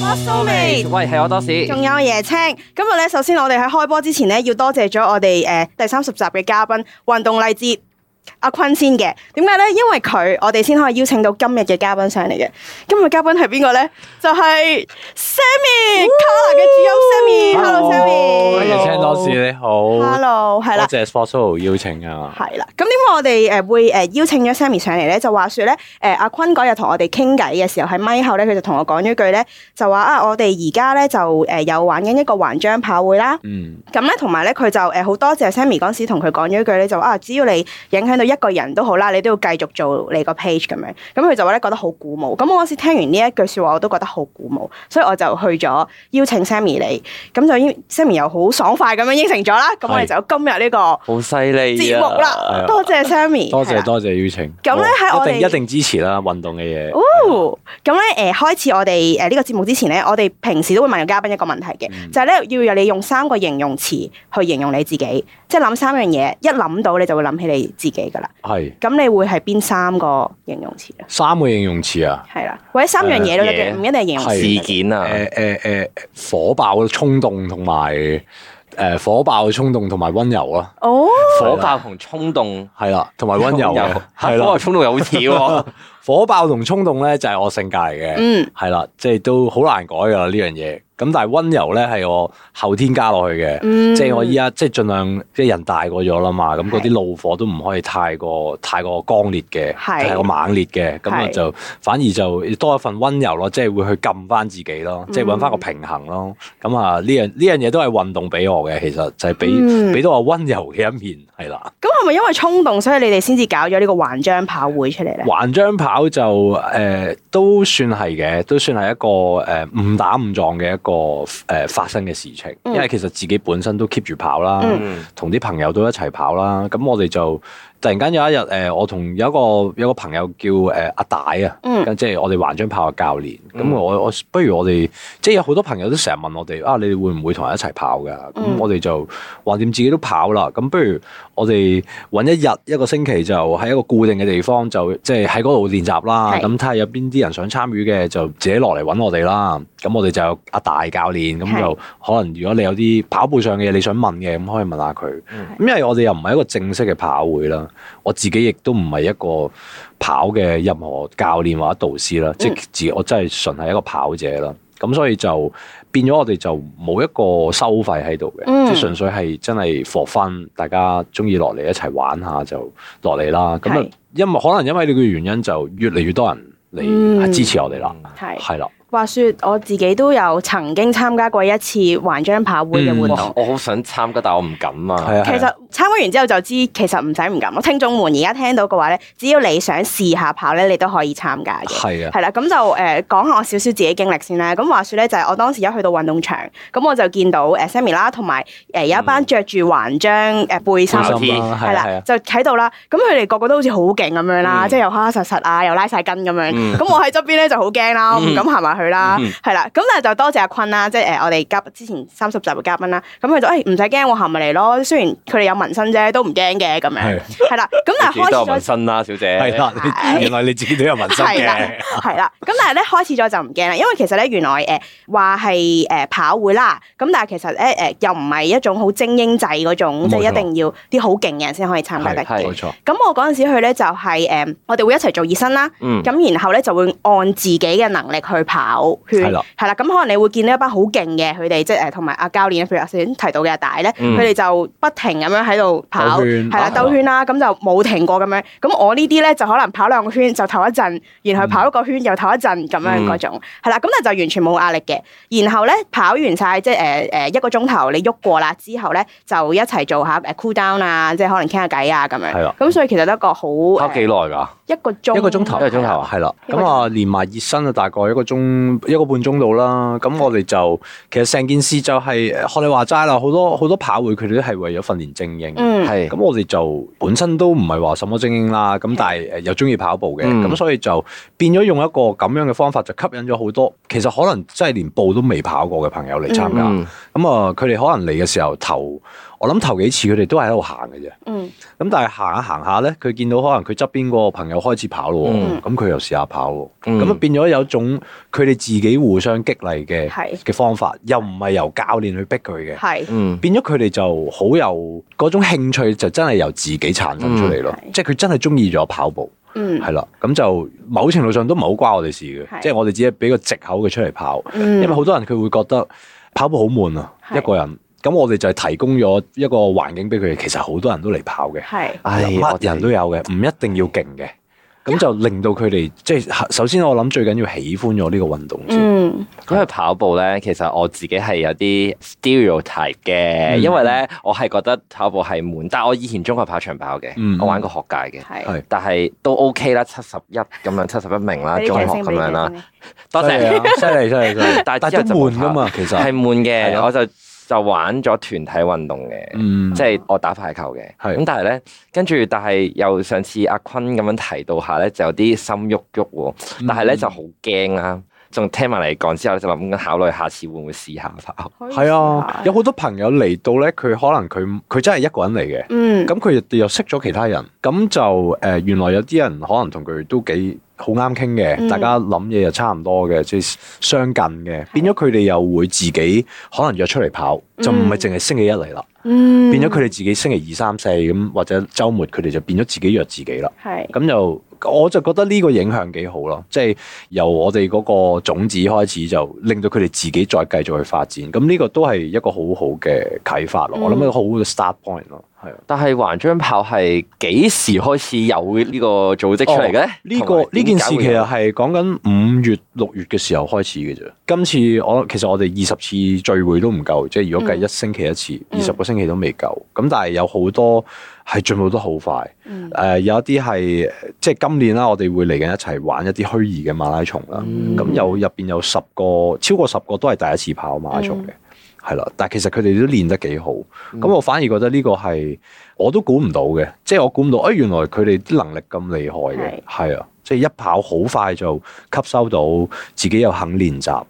Hello， Hello，Mate 喂，係我多士。仲有椰青，今日咧，首先我哋喺開波之前咧，要多謝咗我哋誒、呃第三十集嘅嘉賓運動勵志阿坤先嘅。點解咧？因為佢我哋先可以邀請到今日嘅嘉賓上嚟嘅。今日嘉賓係邊個咧？就係、Sammy Carla 嘅主音 Sammy。 Hello， Hello，Sammy。椰青多士你好 Hello，係啦多。謝 Sports Hall 邀請啊！係啦，咁點解我哋誒會誒邀請咗 Sammy 上嚟咧？就話說咧，誒阿坤嗰日同我哋傾偈嘅時候，喺咪後咧，佢就同我講咗一句咧，就話啊，我哋而家咧就誒有玩緊一個環章跑會啦。嗯，咁咧，同埋咧，佢就誒好多謝 Sammy 嗰陣時同佢講咗一句咧，就話啊，只要你影響到一個人都好啦，你都要繼續做你個 page 咁樣。咁佢就話咧覺得好鼓舞。咁我嗰時聽完呢一句説話，我都覺得好鼓舞，所以我就去咗邀請 Sammy 你。咁就應 Sammy 又好爽快咁樣應承咗啦。咁我哋係就有今日呢個好犀利節啊！目啦啊，多謝 Sammy，多係謝啦。多謝邀請。咁呢喺好啊我哋一定一定支持啦，運動嘅嘢。哦，咁咧誒開始我哋誒呢個節目之前咧，我哋平時都會問嘉賓一個問題嘅，嗯就係咧要你用三個形容詞去形容你自己，即係諗三樣嘢，一諗到你就會諗起你自己噶啦。係咁你會係邊三個形容詞咧？三個形容詞啊！係啦，或者三樣嘢都得嘅，誒嘢唔一定係形容係詞事嚟嘅。件啊，誒誒誒，火爆、衝動同埋誒火爆、衝動同埋温柔啦，哦，火爆同衝動，係啦，同埋温 柔有嘅，係火爆啦。衝動又好似 喎。火爆同衝動咧就係我性格嚟嘅，嗯，係啦，即係都好難改噶啦呢樣嘢。咁但係温柔咧係我後天加落去嘅，嗯即係我依家即係盡量即係人大個咗啦嘛，咁係嗰啲怒火都唔可以太過太過剛烈嘅，係太過猛烈嘅，咁啊係就反而就多一份温柔咯，即係會去撳翻自己咯，嗯即係揾翻個平衡咯。咁啊呢樣呢樣嘢都係運動俾我嘅，其實就係嗯俾俾到我温柔嘅一面係啦。咁係咪因為衝動，所以你哋先至搞咗呢個環章跑會出嚟咧？環章跑就誒、呃都算係嘅，都算係一個誒誤、打誤撞嘅一個誒、呃、發生嘅事情，嗯因為其實自己本身都 keep 住跑啦嗯，同啲、朋友都一齊跑啦，咁我哋就突然間有一日誒、呃我同有一個有一個朋友叫誒、呃阿大啊，嗯咁即係我哋環章跑嘅教練，咁、嗯我我不如我哋即係有好多朋友都成日問我哋啊，你哋會唔會同人一齊跑㗎？咁、嗯我哋就橫掂自己都跑啦，咁不如我哋揾一日一個星期就喺一個固定嘅地方就即係喺嗰度練習啦。係咁睇下有邊啲人想參與嘅就自己落嚟揾我哋啦。咁我哋就有阿大教練，咁係就可能如果你有啲跑步上嘅嘢你想問嘅，咁可以問下佢。咁、嗯因為我哋又唔係一個正式嘅跑會啦，我自己亦都唔係一個跑嘅任何教練或者導師啦，嗯即係自我真係純係一個跑者啦。咁所以就變咗我哋就冇一個收費喺度嘅，嗯即係純粹係真係 for fun，大家中意落嚟一齊玩下就落嚟啦。咁係啊，因為可能因為呢個原因，就越嚟越多人嗯嚟支持我哋啦。係係啦，話說我自己都有曾經參加過一次環章跑會嘅活動。哇我好想參加，但我唔敢啊。係啊，其係啊實參加完之後就知，其實唔使唔敢。我聽眾們而家聽到嘅話咧，只要你想試下跑咧，你都可以參加嘅。係啊，係啦，咁就誒、呃、講下我少少自己經歷先啦。咁話說咧，就係、我當時一去到運動場，咁我就見到誒 Sammy 啦，同埋誒有一班着住環章誒、呃嗯背心開開心心啦，係係啊，係啦啊，，就喺度啦。咁佢哋個個都好似好勁咁樣啦，嗯即係又黑黑實實啊，又拉晒筋咁樣。咁、嗯我喺側邊咧就好驚啦，我唔敢行埋去啦嗯，係啦。咁但係就多謝阿坤啦，即係誒我哋嘉之前三十集嘅嘉賓啦。咁佢就哎誒唔使驚，我行埋嚟咯。雖然佢哋有紋身啫，都唔驚嘅咁樣係。啊係啦，咁但係你自己都有開始紋咗。身啦，小姐。係啦，係你原來你自己都有紋身係啦嘅，，係啦，咁但係咧開始咗就唔驚啦，因為其實咧原來誒話係誒跑會啦，咁但係其實咧誒又唔係一種好精英制嗰種，即係冇錯一定要啲好勁嘅人先可以參加得係嘅係。冇錯，咁我嗰陣時去咧就係、誒，我哋會一齊做熱身啦。嗯，咁然後咧就會按自己嘅能力去跑圈，係啦係啦。咁可能你會見到一班好勁嘅佢哋，即係誒同埋阿教練，譬如阿先提到嘅阿大咧，嗯佢哋、就不停咁樣喺度跑，兜圈係啦啊兜圈啦，咁就冇停過咁樣。咁我呢啲咧就可能跑兩個圈就唞一陣，然後跑一個圈又唞一陣咁樣嗯嗰種，係啦。咁但係就完全冇壓力嘅。然後咧跑完晒即係誒誒一個鐘頭你喐過啦之後咧就一齊做下誒 cool down 啊，即係可能傾下偈啊咁係樣啦。咁所以其實都一個好跑誒幾耐㗎？一個鐘一個鐘頭，一個鐘頭啊係啦。一個咁啊，連埋熱身啊，大概一個鐘一個半鐘度啦。咁我哋就其實成件事就係誒學你話齋啦，好多好多跑會佢哋都係為咗訓練精英。嗯。係咁我哋就本身都唔係話什麼精英啦，咁但係誒呃又中意跑步嘅，嗯咁、所以就變咗用一個咁樣嘅方法，就吸引咗好多其實可能真係連步都未跑過嘅朋友嚟參加。嗯咁啊，佢哋可能嚟嘅時候頭，我諗頭幾次佢哋都係喺度行嘅啫。嗯，咁但係行下行下咧，佢見到可能佢側邊嗰個朋友開始跑咯嗯喎，咁佢、又試下跑喎，嗯咁啊、變咗有種佢哋自己互相激勵嘅係嘅方法，又唔係由教練去逼佢嘅，係。嗯，變咗佢哋就好有嗰種興趣，就真係由自己產生出嚟咯，嗯係即係佢真係中意咗跑步。嗯係啦，咁就某程度上都唔係好關我哋事嘅，係即係我哋只係俾個藉口佢出嚟跑，因嗯為好多人佢會覺得跑步好悶啊，係一個人，咁我哋就係提供咗一個環境俾佢，其實好多人都嚟跑嘅，係唉，哎我乜哋人都有嘅，唔一定要勁嘅，咁就令到佢哋即係首先我諗最緊要喜歡咗呢個運動先，嗯因為跑步咧，其實我自己係有啲 stereotype 嘅，嗯因為咧我係覺得跑步係悶，但係我以前中學跑長跑嘅，嗯我玩過學界嘅，係係但係都 OK 啦，七十一咁樣，七十一名啦，俾中啲學掌聲咁俾啲樣啦掌，聲多犀利謝。啊 犀利犀利犀利， 但係但之後係就都冇悶噶嘛，係其實悶係嘅，咯我就就玩咗團體運動嘅。嗯即係我打排球嘅，係咁但係咧，跟住但係又上次阿坤咁樣提到下咧，就有啲心喐喐喎，嗯但係咧啊就好驚啦，仲聽埋你講之後咧，就諗緊考慮下次會唔會試下跑，可以係啊，試下有好多朋友嚟到咧，佢可能佢佢真係一個人嚟嘅。嗯咁佢又又識咗其他人，咁就誒、呃原來有啲人可能同佢都幾好啱傾嘅，嗯大家諗嘢又差唔多嘅，即係相近嘅，變咗佢哋又會自己可能約出嚟跑，就唔嗯係淨係星期一嚟啦，嗯變咗佢哋自己星期二、三、四咁，或者週末佢哋就變咗自己約自己啦。係咁就我就覺得呢個影響幾好咯，即係由我哋嗰個種子開始，就令到佢哋自己再繼續去發展。咁呢個都係一個好好嘅啟發嗯咯，我諗一個好好嘅 start point 咯，係啊。但係環章跑係幾時開始有呢個組織出嚟嘅咧？哦呢、同埋個呢件事點解其會有實係講緊五月六月嘅時候開始嘅啫。今次我其實我哋二十次聚會都唔夠，即係如果計嗯一星期一次，嗯二十個星期都未夠。咁但係有好多係進步得好快。嗯誒、呃有一啲係即係今年啦，我哋會嚟緊一齊玩一啲虛擬嘅馬拉松啦。嗯咁、有入邊有十個，超過十個都係第一次跑馬拉松嗯嘅。係啦，但係其實佢哋都練得幾好，咁、我反而覺得呢個係我都估唔到嘅，即係我估唔到，誒、原來佢哋啲能力咁厲害嘅，係啊，即係一跑好快就吸收到，自己又肯練習，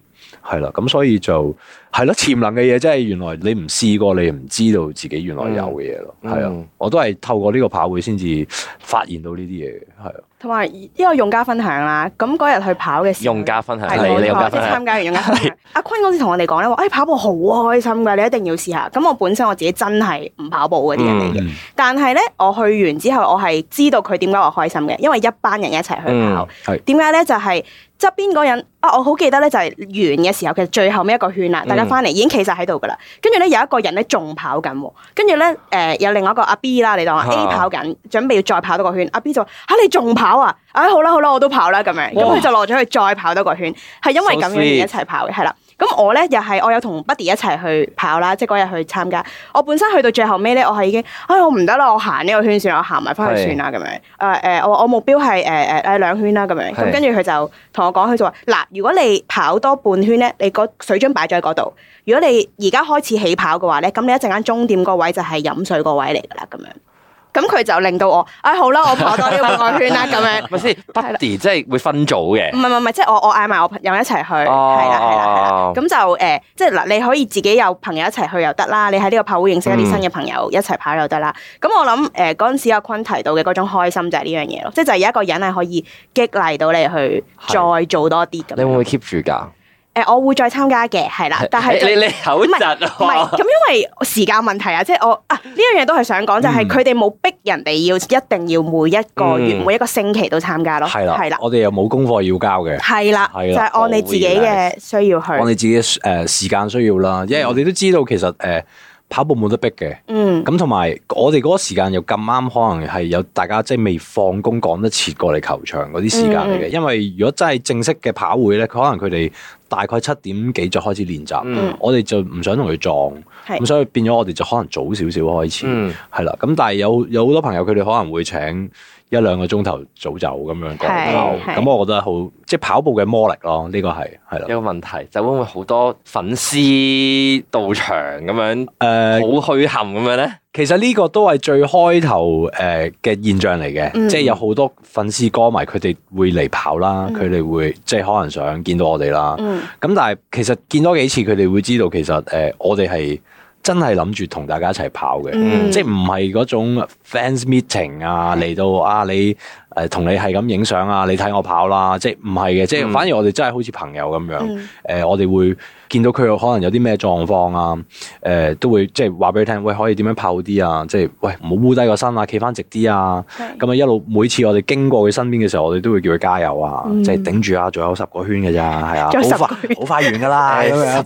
係啦，咁所以就係咯，潛能嘅嘢，即係原來你唔試過，你唔知道自己原來有嘅嘢咯，嗯係啊、嗯我都係透過呢個跑會先至發現到呢啲嘢嘅，係啊，同埋呢個用家分享啦，咁嗰日去跑嘅時候用家分享，係你冇你用錯家即分係享參，加完用家分享。阿坤嗰時同我哋講咧話，誒哎跑步好開心㗎，你一定要試下。咁我本身我自己真係唔跑步嗰啲人嚟嘅，嗯但係咧我去完之後，我係知道佢點解我開心嘅，因為一班人一齊去跑嗯。係點解咧？就係側邊嗰人啊，我好記得咧，就係完嘅時候，其實最後尾一個圈嗯啦，大家翻嚟已經企晒喺度噶啦。跟住咧有一個人咧仲跑緊喎，跟住咧誒有另外一個阿 B 啦，你當啊啊 A 跑緊，準備要再跑多個圈，阿 B 就話嚇、你仲跑啊？唉、好啦好啦，我都跑啦咁樣，咁哇佢就落咗去再跑多個圈，係因為 So 咁樣而一 sweet 齊跑嘅，係啦。咁我咧又係我有同 Buddy 一齊去跑啦，即係嗰日去參加。我本身去到最後尾咧，我係已經，唉、我唔得啦，我行呢個圈算啦，我行埋翻去算啦咁樣。誒、誒，我我目標係誒誒誒兩圈啦咁樣。咁係跟住佢就同我講，佢就話：嗱，如果你跑多半圈咧，你個水樽擺咗喺嗰度。如果你而家開始起跑嘅話咧，咁你一陣間終點個位就係飲水個位嚟㗎啦咁樣。咁佢就令到我，唉、好啦，我跑多呢半個圈啦咁樣。咪先係啦 Buddy 即係會分組嘅唔。係唔係唔係，即係我我嗌埋我朋友一齊去，嗯係啦係啦係啦哦。咁就誒、呃即係嗱，你可以自己有朋友一齊去又得啦，你喺呢個跑會認識一啲新嘅朋友一齊跑又得啦。咁、我諗誒嗰陣時阿坤提到嘅嗰種開心就係呢樣嘢咯，即係就係有一個人係可以激勵到你去係再做多啲咁你會唔樣。會 keep 住㗎？誒、我會再參加嘅，係啦，啊但係就你你你口唔係窒啊唔係咁，喎，因為時間問題啊，即係我啊呢樣嘢都係想講，就係嗯佢哋冇逼人哋要一定要每一個月、嗯每一個星期都參加咯，係啦，係啦，我哋又冇功課要交嘅。係啦，就係啦係按你自己嘅需要按去，你自己嘅誒呃時間需要啦，因為我哋都知道其實誒、呃跑步冇得逼嘅，嗯，咁同埋我哋嗰個時間又咁啱，可能係有大家即係未放工趕得切過嚟球場嗰啲時間嚟嗯嘅。因為如果真係正式嘅跑會咧，佢可能佢哋大概七點幾就開始練習，嗯我哋就唔想同佢撞，係咁所以變咗我哋就可能早少少開始，嗯係啦、咁但係有有好多朋友佢哋可能會請一兩個鐘頭早走咁樣過嚟係跑，係咁我覺得好即係跑步嘅魔力咯，呢、個係係啦。有個問題就會唔會好多粉絲到場咁樣，誒、好虛冚咁樣咧？其實呢個都係最開頭誒嘅現象嚟嘅，嗯即係有好多粉絲歌迷佢哋會嚟跑啦，嗯佢哋、會即係可能想見到我哋啦。咁、嗯但係其實見多幾次，佢哋會知道其實誒、呃我哋係真係諗住同大家一齊跑嘅。嗯即係唔係嗰種 fans meeting 啊，嚟到啊你誒同、你係咁影相啊，你睇我跑啦，即係唔係嘅，即係嗯反而我哋真係好似朋友咁樣，誒、嗯我哋會見到佢可能有啲咩狀況啊，誒、都會即係話俾佢聽，喂可以點樣跑好啲啊，即係喂唔好烏低個身啊，企翻直啲啊，係咁啊一路每次我哋經過佢身邊嘅時候，我哋都會叫佢加油啊，嗯即係頂住啊，仲有十個圈嘅咋，係啊，仲有十個好快圈好快完噶啦，咁樣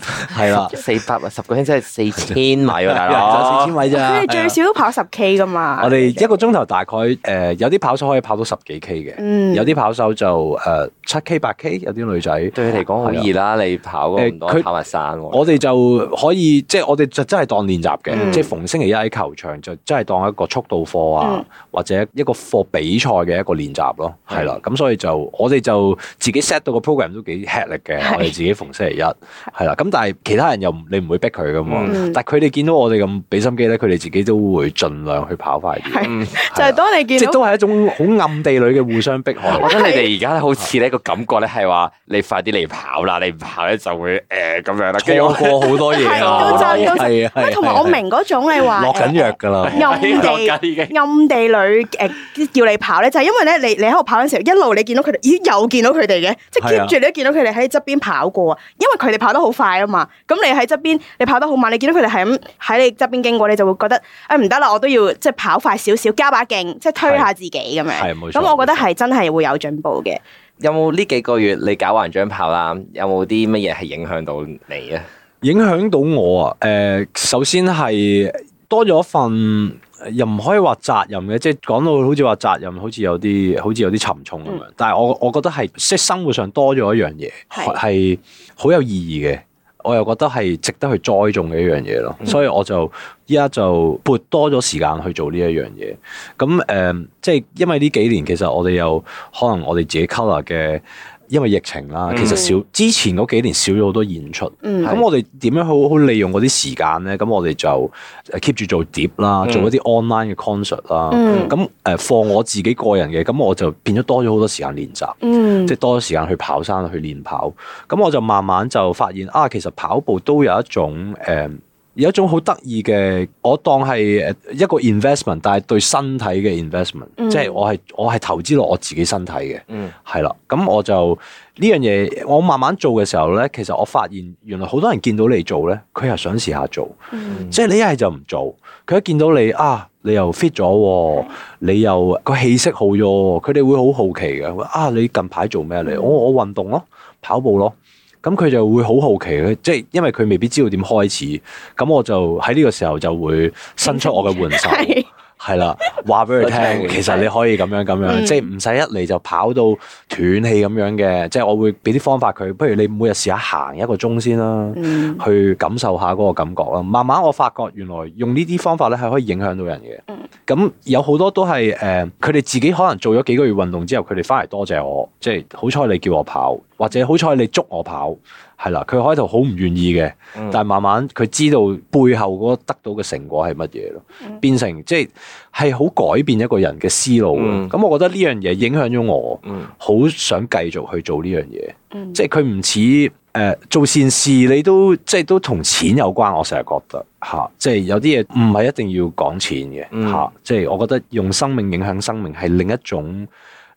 係啦，四百啊，十個圈真係四千米啊喎，大有佬。四千米咋，佢哋係啊最少都跑十 K 噶嘛。我哋一個鐘頭大概誒、呃有啲跑手可以跑到十幾 K 嘅，嗯有啲跑手就誒七 K 八 K，有啲女仔。對佢嚟講好易啦，你跑咁啊誒佢多跑埋山喎。我哋就可以即係我哋就真係當練習嘅，嗯即係逢星期一喺球場就真係當一個速度課啊，嗯或者一個課比賽嘅一個練習咯，係啦。咁所以就我哋就自己 set 到個 program 都幾吃力嘅，係我哋自己逢星期一係啦。咁但係其他人又唔你唔會逼佢噶嘛，嗯但係佢哋見到我哋咁俾心機咧，佢哋自己都會盡量去跑快啲。係嗯 就係當你見即係到都係一種好暗地裏嘅互相迫我害。覺得你哋而家咧好似呢個感覺咧係話你快啲嚟跑啦，你唔跑咧就會誒咁樣啦。跟住我 錯過好多嘢係啊！都真都真係啊，係啊喂同埋我明嗰種你話落緊藥㗎啦。暗落緊已地經暗地裏誒叫你跑咧，就係因為咧你你喺度跑嘅時候，一路你見到佢哋，咦又見到佢哋嘅，即係係啊 keep 住你都見到佢哋喺側邊跑過啊，因為佢哋跑得好快啊嘛，咁你喺側邊你跑得好慢，你見到佢哋係咁喺你側邊經過，你就會覺得誒唔得啦，我都要即係跑快少少，加把勁，即係推下自己咁係啊樣。冇錯咁我覺得係真係會有進步嘅。有冇呢幾個月你搞環獎跑啦？有冇啲乜嘢係影響到你啊？影響到我啊！誒、首先係多咗份，又唔可以話責任嘅，即係講到好似話責任，好似有啲好似有啲沉重咁樣。但係我我覺得係即係生活上多咗一樣嘢，係係好有意義嘅。我又覺得係值得去栽種嘅一樣嘢咯，所以我就依家就撥多咗時間去做呢一樣嘢。咁誒、即係因為呢幾年其實我哋又可能我哋自己 colour 嘅，因為疫情啦，其實少之前嗰幾年少咗好多演出。嗯咁我哋點樣好好利用嗰啲時間咧？咁我哋就誒 keep 住做碟啦，嗯做一啲 online 嘅 concert 啦。嗯咁誒放我自己個人嘅，咁我就變咗多咗好多時間練習，嗯即係多咗時間去跑山去練跑。咁我就慢慢就發現啊，其實跑步都有一種誒。有一種好得意嘅，我當係誒一個 investment，但係對身體嘅 investment，、嗯即係我係我係投資落我自己身體嘅。嗯，係啦，咁我就呢樣嘢，我慢慢做嘅時候咧，其實我發現原來好多人見到你做咧，佢又想試下做，嗯即係你一係就唔做，佢一見到你啊，你又 fit 咗喎，你又個氣色好咗喎，佢哋會好好奇嘅，啊你近排做咩嗯嚟？我我運動咯，跑步咯。咁佢就會好好奇咧，即係因為佢未必知道點開始，咁我就喺呢個時候就會伸出我嘅援 手，係係啦，話俾佢聽，其實你可以咁樣咁樣，嗯即係唔使一嚟就跑到斷氣咁樣嘅，即係我會俾啲方法佢，不如你每日試下行一個鐘先啦，嗯去感受下嗰個感覺啦。慢慢我發覺原來用呢啲方法咧係可以影響到人嘅。咁有好多都係誒，呃佢、哋自己可能做咗幾個月運動之後，佢哋翻嚟多謝我，即係好彩你叫我跑，或者好彩你捉我跑，係啦。佢開頭好唔願意嘅，嗯但係慢慢佢知道背後嗰個得到嘅成果係乜嘢咯，變成即係係好改變一個人嘅思路咯嗯咁、我覺得呢樣嘢影響咗我，嗯好、想繼續去做呢樣嘢。嗯即係佢唔似誒做善事，你都即係都同錢有關。我成日覺得嚇、即係有啲嘢唔係一定要講錢嘅嚇、嗯即係我覺得用生命影響生命係另一種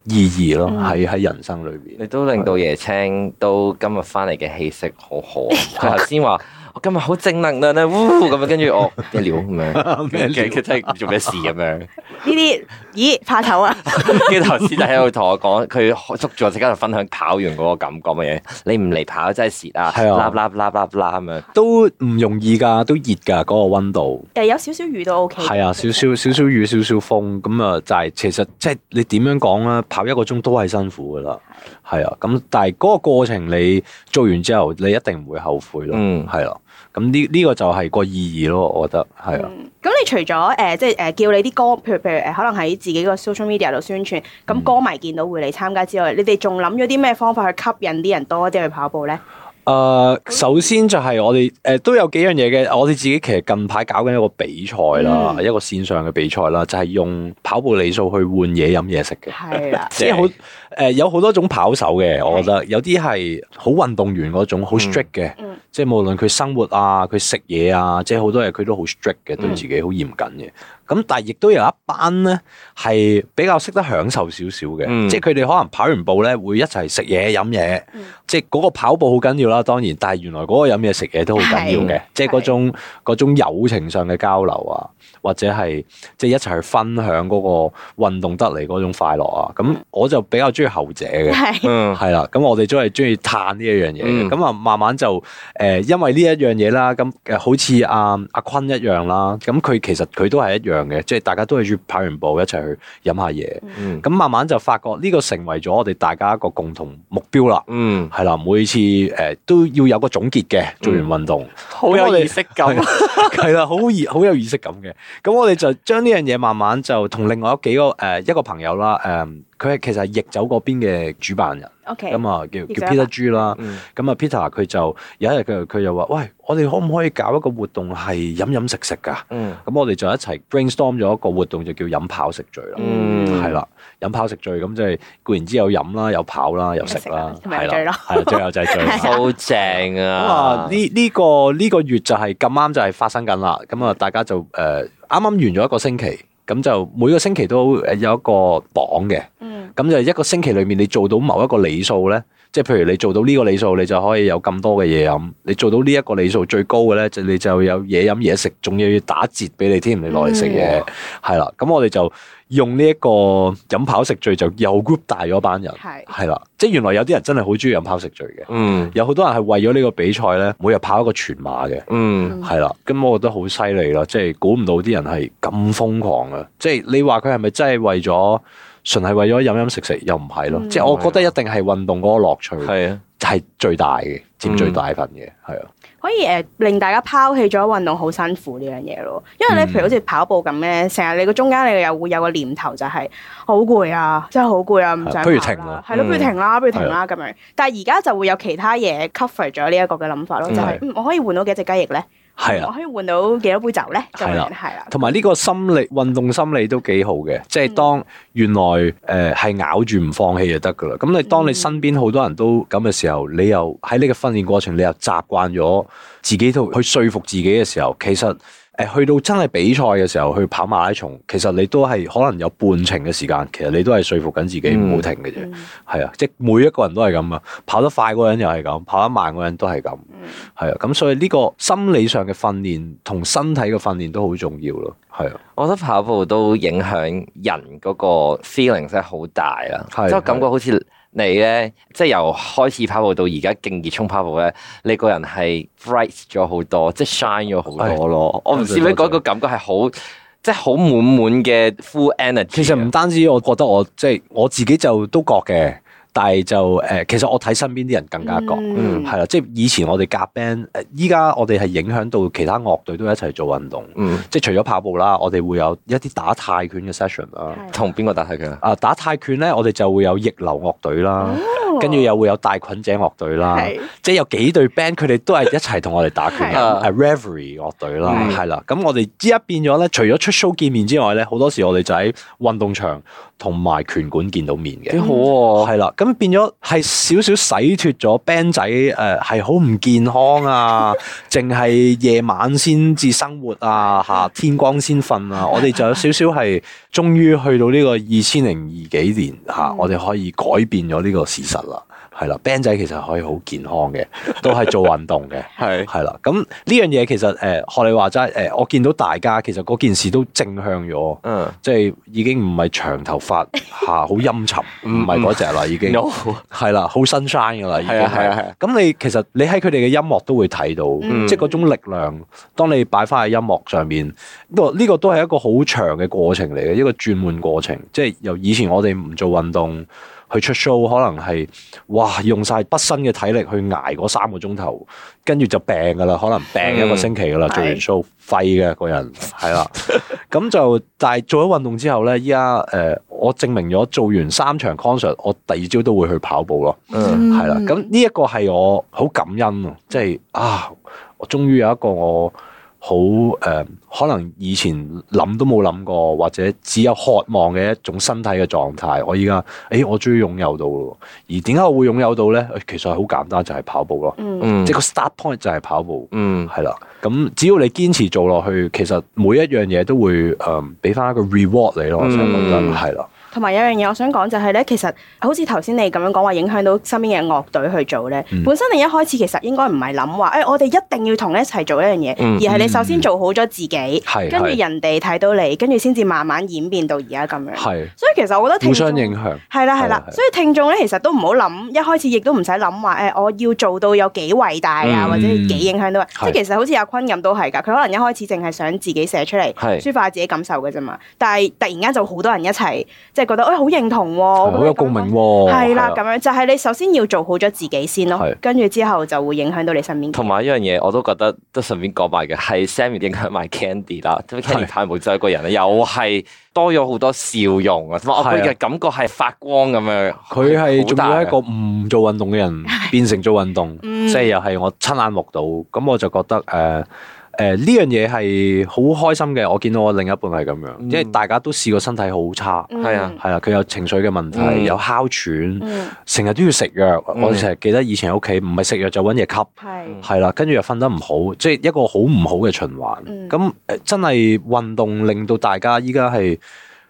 意義咯，嗯喺喺、人生裏邊。你都令到椰青都今日翻嚟嘅氣息好好。啊 佢頭先話我今日好正能 量咧，呜咁樣，跟住我 咩料咁樣，咩料佢佢真係做咩事咁樣。 呢啲，咦怕醜啊！跟住頭先就喺度同我講，佢捉住我即刻就分享跑完嗰個感覺乜嘢，你唔嚟跑真係蝕啊，係啊啦啦啦啦啦咁 樣。都唔容易㗎，都熱㗎嗰、個温度。誒有少少雨都 OK。係啊，少少少少雨，少少風，咁啊，但係其實即係你點樣講啦，跑一個鐘都係辛苦噶啦，係啊，咁但係嗰個過程你做完之後，你一定唔會後悔咯，嗯係啦，咁呢呢個就係個意義咯，我覺得係啊，咁你除咗誒、呃即係誒、呃叫你啲歌，譬如譬如誒、呃可能喺自己個 social media 度宣傳，嗯咁歌迷見到會嚟參加之外，你哋仲諗咗啲咩方法去吸引啲人多啲去跑步咧？誒、啊首先就係我哋誒、都有幾樣嘢嘅，我哋自己其實近排搞緊一個比賽啦，嗯一個線上嘅比賽啦，就係、用跑步里數去換嘢飲嘢食嘅。係啦，即係好誒，有好多種跑手嘅，我覺得有啲係好運動員嗰種，好 strict 嘅，嗯即係無論佢生活啊、佢食嘢啊，即係好多嘢佢都好 strict 嘅，對自己好嚴謹嘅。咁但係亦都有一班咧係比較識得享受少少嘅，嗯即係佢哋可能跑完步咧會一齊食嘢飲嘢，嗯即係嗰個跑步好緊要啦，當然，但係原來嗰個飲嘢食嘢都好緊要嘅係，即係嗰種嗰種友情上嘅交流啊，或者係即係一齊去分享嗰個運動得嚟嗰種快樂啊。咁我就比較中意後 者嘅。係嗯，係啦，咁我哋都係中意嘆呢一樣嘢嘅，嗯咁啊、慢慢就誒、呃因為呢一樣嘢啦，咁誒好似阿阿坤一樣啦，咁佢其實佢都係一樣嘅，即係大家都係要跑完步一齊去飲下嘢，嗯咁慢慢就發覺呢個成為咗我哋大家一個共同目標啦。嗯，係啦，每次誒、呃都要有個總結嘅，做完運動好有儀式啊係啦 係啦，好意好有儀式感嘅。咁我哋就將呢樣嘢慢慢就同另外幾個誒、呃一個朋友啦，誒佢係其實係逆走嗰邊嘅主辦人， ，OK，咁啊叫逆走一叫 Peter 班 G 啦。 嗯咁啊 Peter 佢就有一日佢佢就話：喂，我哋可唔可以搞一個活動係飲飲食食㗎？嗯咁我哋就一齊 brainstorm 咗一個活動，就叫飲跑食醉啦。嗯系啦，飲跑食醉咁即係固然之有飲啦，有跑啦，有食啦，同埋係有醉啦，咯啊係啦，最後就係 醉啦。好正咁啊啊，！呢呢個呢個月就係咁啱就係發生緊啦。咁啊，大家就誒啱啱完咗一個星期，咁就每個星期都誒有一個榜嘅。嗯，咁就一個星期裏面你做到某一個理數咧，即係譬如你做到呢個理數，你就可以有咁多嘅嘢飲。你做到呢一個理數最高嘅咧，就你就有嘢飲嘢食，仲要打折俾你添，你攞嚟食嘢嗯係啦。咁我哋就用呢一個飲跑食醉就又 group 大咗班人係係啦，即係原來有啲人真係好中意飲跑食醉嘅。嗯有好多人係為咗呢個比賽咧，每日跑一個全馬嘅，嗯嗯係啦。咁我覺得好犀利啦，即係估唔到啲人係咁瘋狂嘅。即係你話佢係咪真係為咗純係為咗飲飲食食？又唔係咯。嗯即係我覺得一定係運動嗰個樂趣係嗯啊，係最大嘅，佔最大份嘅，係啊。可以誒、呃令大家拋棄咗運動好辛苦呢樣嘢咯，因為嗯你譬如好似跑步咁咧，成日你個中間你又會有個念頭就係好攰啊，真係好攰啊，唔想係不如跑停啦啊係咯，嗯不如停啦，不如停啦咁樣。但係而家就會有其他嘢 cover 咗呢一個嘅諗法咯，就係、係嗯我可以換到幾隻雞翼咧，係我啊，可以換到幾多杯酒咧，咁係啊啦樣係啦，同埋呢個心理運動心理都幾好嘅，即係當原來誒係、咬住唔放棄就得噶啦。咁你當你身邊好多人都咁嘅時候，你又喺呢個訓練過程，你又習慣咗自己度去說服自己嘅時候，其實誒、呃去到真係比賽嘅時候去跑馬拉松，其實你都係可能有半程嘅時間，其實你都係說服緊自己唔好停嘅啫。嗯係啊，即係每一個人都係咁啊，跑得快嗰個人又係咁，跑得慢嗰個人都係咁，嗯係啊，咁所以呢個心理上嘅訓練同身體嘅訓練都好重要咯，係啊，我覺得跑步都影響人嗰個 feeling 真係好大啦，係即係我感覺好似你咧，即係由開始跑步到而家勁熱衷跑步咧，你個人係 bright 咗好多，即係 shine 咗好多咯。我唔知咩嗰個感覺係好，即係好滿滿嘅 full energy 啊。其實唔單止我覺得我即係我自己就都覺嘅，但係就誒、呃其實我睇身邊啲人更加覺。嗯係啦，啊即係以前我哋夾 band，呃依家我哋係影響到其他樂隊都一齊做運動，嗯，即係除咗跑步啦，我哋會有一啲打泰拳嘅 session 啦。同邊個打下佢啊？啊，打泰拳咧，我哋就會有逆流樂隊啦，哦跟住又會有大菌井樂隊啦，哦係即係有幾隊 band，佢哋都係一齊同我哋打拳嘅，係啊係 Reverie 樂隊啦，嗯係啦。咁我哋依家變咗咧，除咗出 show 見面之外咧，好多時我哋就喺運動場同埋拳館見到面嘅幾。好啊喎！係啦，咁變咗係少少洗脱咗 band 仔誒，係好唔健康啊， 淨係夜晚先至生活啊，嚇天光先 瞓啊，我哋就有少少係終於去到呢個二千零二幾年嚇，嗯我哋可以改變咗呢個事實啦。係啦，band 仔其實可以好健康嘅，都係做運動嘅。係係啦，咁呢樣嘢其實誒，呃學你話齋誒，我見到大家其實嗰件事都正向咗。嗯即係已經唔係長頭 髮嚇，好陰沉， 唔係嗰只啦，已經，no，係啦，好 sunshine 噶啦，已經係啊係啊係係啊。咁你其實你喺佢哋嘅音樂都會睇到，嗯即係嗰種力量。當你擺翻喺音樂上面，呢個呢個都係一個好長嘅過程嚟嘅，一個轉換過程。即係由以前我哋唔做運動去出 show，可能係哇用晒畢生嘅體力去捱嗰三個鐘頭，跟住就病噶啦，可能病一個嗯星期噶啦，做完係 show 廢嘅個人係啦。咁就但係做咗運動之後咧，依家誒我呃我證明咗做完三場 concert，我第二朝都會去跑步咯。嗯係啦，咁呢一個係我好感恩啊，即係啊，我終於有一個我好誒、呃可能以前諗都冇諗過，或者只有渴望嘅一種身體嘅狀態。我依家誒，我終於擁有到咯。而點解我會擁有到咧？誒其實係好簡單，就係、跑步咯，嗯嗯即係個 start point 就係跑步。嗯係啦，咁只要你堅持做落去，其實每一樣嘢都會誒俾翻一個 reward 你咯，我想覺得嗯係啦，同埋有樣嘢我想講就係咧，其實好似頭先你咁樣講話影響到身邊嘅樂隊去做咧，嗯本身你一開始其實應該唔係諗話，誒、我哋一定要同你一齊做一樣嘢，嗯而係你首先做好咗自己，嗯係跟住係人哋睇到你，跟住先至慢慢演變到而家咁樣。係所以其實我覺得聽眾互相影響。係啦係啦係啦，所以聽眾咧其實都唔好諗，一開始亦都唔使諗話誒，我要做到有幾偉大啊，嗯或者幾影響到啊，即係係其實好似阿坤咁都係㗎，佢可能一開始淨係想自己寫出嚟，係抒發自己感受嘅啫嘛，但係突然間就好多人一齊即係覺得哎誒好認同喎，我覺得好有咁共鳴喎。係啦，係咁樣就係你首先要做好咗自己先咯係，跟住之後就會影響到你身邊嘅人。同埋一樣嘢，我都覺得都順便講埋嘅，係 Sammy 影響埋 Candy 啦，咁 Candy 係太無就一個人咧，又係多咗好多笑容啊，同埋我佢係嘅啊感覺係發光咁樣，佢係好仲大要啊一個唔做運動嘅 人變成做運動，嗯即係又係我親眼目睹，咁我就覺得誒誒呢樣嘢係好開心嘅。我見到我另一半係咁嗯樣，因為大家都試過身體好差，嗯係啊係啦，佢有情緒嘅問題，嗯有哮喘，嗯成日都要食藥。嗯我成日記得以前喺屋企唔係食藥就揾嘢吸。係係啦，跟住又瞓得唔好，即係一個好唔好嘅循嗯環。咁誒、呃真係運動令到大家依家係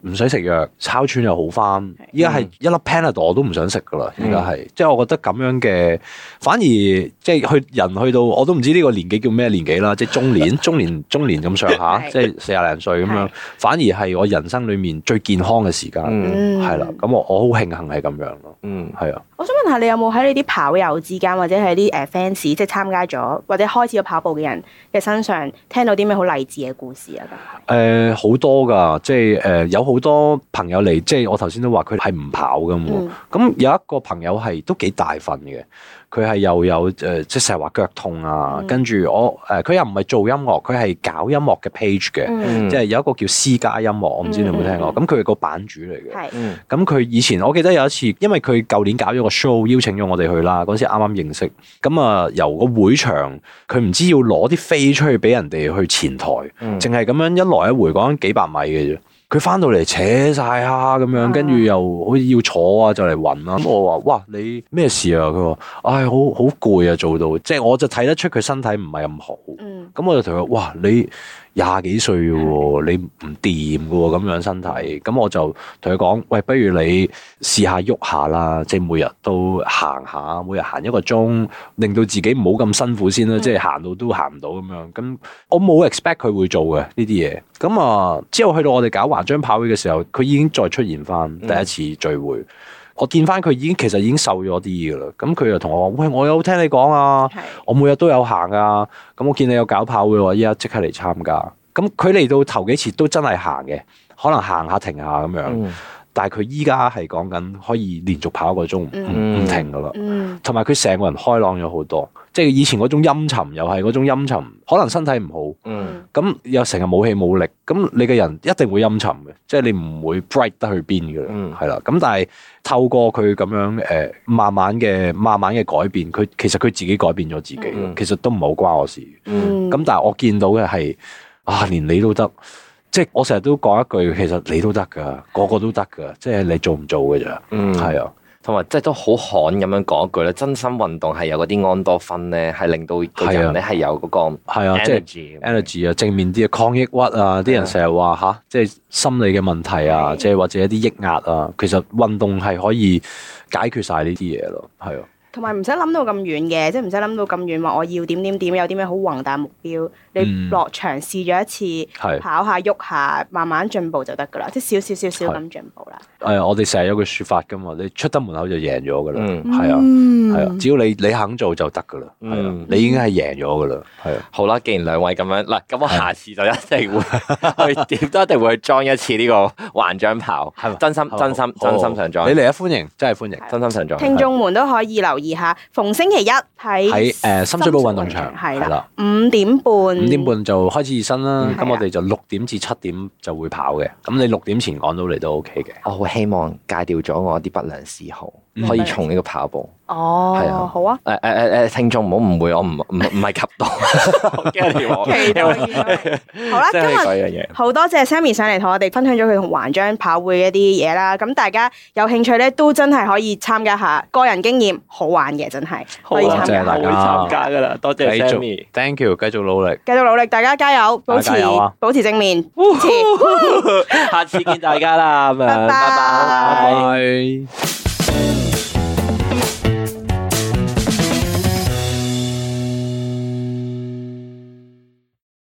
唔使食藥，哮喘又好翻。依家係一粒 Panadol 我都唔想食噶啦，嗯依家係即係我覺得咁樣嘅，反而即係去人去到我都唔知呢個年紀叫咩年紀啦，即係中年、中年、中年咁上下，係即係四廿零歲咁係樣，反而係我人生裡面最健康嘅時間。嗯嗯係啦，咁我我好慶幸係咁樣咯，嗯，係啊。我想問下你有冇喺你啲跑友之間，或者係啲誒 fans，即係參加咗或者開始咗跑步嘅人嘅身上，聽到啲咩好勵志嘅故事啊？誒呃好、多㗎，即係誒、呃有好多朋友嚟，即係我頭先都話佢係唔跑㗎嘛。嗯咁、有一個朋友係都幾大份嘅，佢係又有誒、呃即係成日話腳痛啊，嗯跟住我呃誒佢、又唔係做音樂，佢係搞音樂嘅 page 嘅，嗯，即係有一個叫私家音樂，我唔知你有冇聽嗯嗯過。咁佢係個版主嚟嘅。係，嗯咁佢以前我記得有一次，因為佢舊年搞咗個 show，邀請咗我哋去啦。嗰時啱啱認識，咁啊由個會場，佢唔知要攞啲飛出去俾人哋去前台，嗯淨係咁樣一來一回講緊幾百米嘅啫。佢翻到嚟扯晒蝦咁樣，跟住又好似要坐啊，就嚟暈啦。咁我話：哇，你咩事啊？佢話：唉，好好攰啊，做到。即係我就睇得出佢身體唔係咁好。嗯咁我就同佢：哇，你廿幾歲嘅喎，你唔掂嘅喎，咁樣身體。咁我就同佢講：喂，不如你試下喐下啦，即係每日都行下，每日行一個鐘，令到自己唔好咁辛苦先啦。即係行到都行唔到咁樣。咁我冇 expect 佢會做嘅呢啲嘢。咁啊，之後去到我哋搞環章跑會嘅時候，佢已經再出現翻第一次聚會。我見翻佢已經其實已經瘦咗啲嘅啦。咁佢就同我話：喂，我有聽你講啊。係，我每日都有行啊，咁我見你有搞跑會喎，依家即刻嚟參加。咁佢嚟到頭幾次都真係行嘅，可能行下停下咁樣，嗯但係佢依家係講緊可以連續跑一個鐘，唔、嗯唔停噶啦。嗯同埋佢成個人開朗咗好多，即係以前嗰種陰沉又係嗰種陰沉，可能身體唔嗯嗯好，咁又成日冇氣冇力，咁你嘅人一定會陰沉嘅，即係你唔會 bright 得去邊嘅嗯啦，係啦、咁但係透過佢咁樣誒、呃慢慢嘅慢慢嘅改變，佢其實佢自己改變咗自己，嗯其實都唔係好關我事。嗯嗯咁但係我見到嘅係啊，連你都得，即係我成日都講一句，其實你都得噶，個個都得噶，即係你做唔做嘅咋，嗯，係係啊，啊，同埋即係都好罕咁樣講一句咧，真心運動係有嗰啲安多酚咧，係令到個人咧係有嗰個係啊，即係 energy 咁樣。 energy 啊，正面啲啊，抗抑鬱啊，啲人成日話吓，即係心理嘅問題啊，係即係或者一啲抑壓啊，其實運動係可以解決晒呢啲嘢咯，係啊，同埋唔使諗到咁遠嘅，即係唔使諗到咁遠話我要點點點，有啲咩好宏大目標，你嗯落場試咗一次，係跑下喐下，慢慢進步就得㗎啦，即係少少少少咁進步啦。誒、啊我哋成日有句説法噶嘛，你出得門口就贏咗噶啦，嗯係啊，係啊啊，只要你你肯做就得噶啦，係啊嗯，你已經係贏咗噶啦，係啊。好啦，既然兩位咁樣嗱，咁我下次就一定 會去點都一定會去 join 一次呢個環章跑，係嘛真心真心真心想 join，你嚟啊，歡迎，真係歡迎。真心想 join。聽眾們都可以留意下，逢星期一喺喺誒深水埗運動場係係啦啦，五點半，五五點半就開始熱身啦嗯，咁係我啊哋就六點至七點就會跑嘅。咁你六點前趕到嚟都 OK 嘅。我好希望戒掉咗我一啲不良嗜好嗯，可以從呢個跑步。係啊哦，好 啊，誒誒誒誒，聽眾唔好誤會，我唔唔唔係吸毒，我驚你話我期待見啦好啦，今真係日。嗰樣嘢。好多謝 Sammy 上嚟同我哋分享咗佢同環章跑會一啲嘢啦，咁大家有興趣咧都真係可以參加下，個人經驗好玩嘅真係，好可以參啊，加謝下大家會參加噶啦，多繼謝 Sammy 續。，thank you，繼續努力，繼續努力，大家加油，保持大家加油啊保持正面，保持下次見大家啦，咁拜樣，拜拜拜。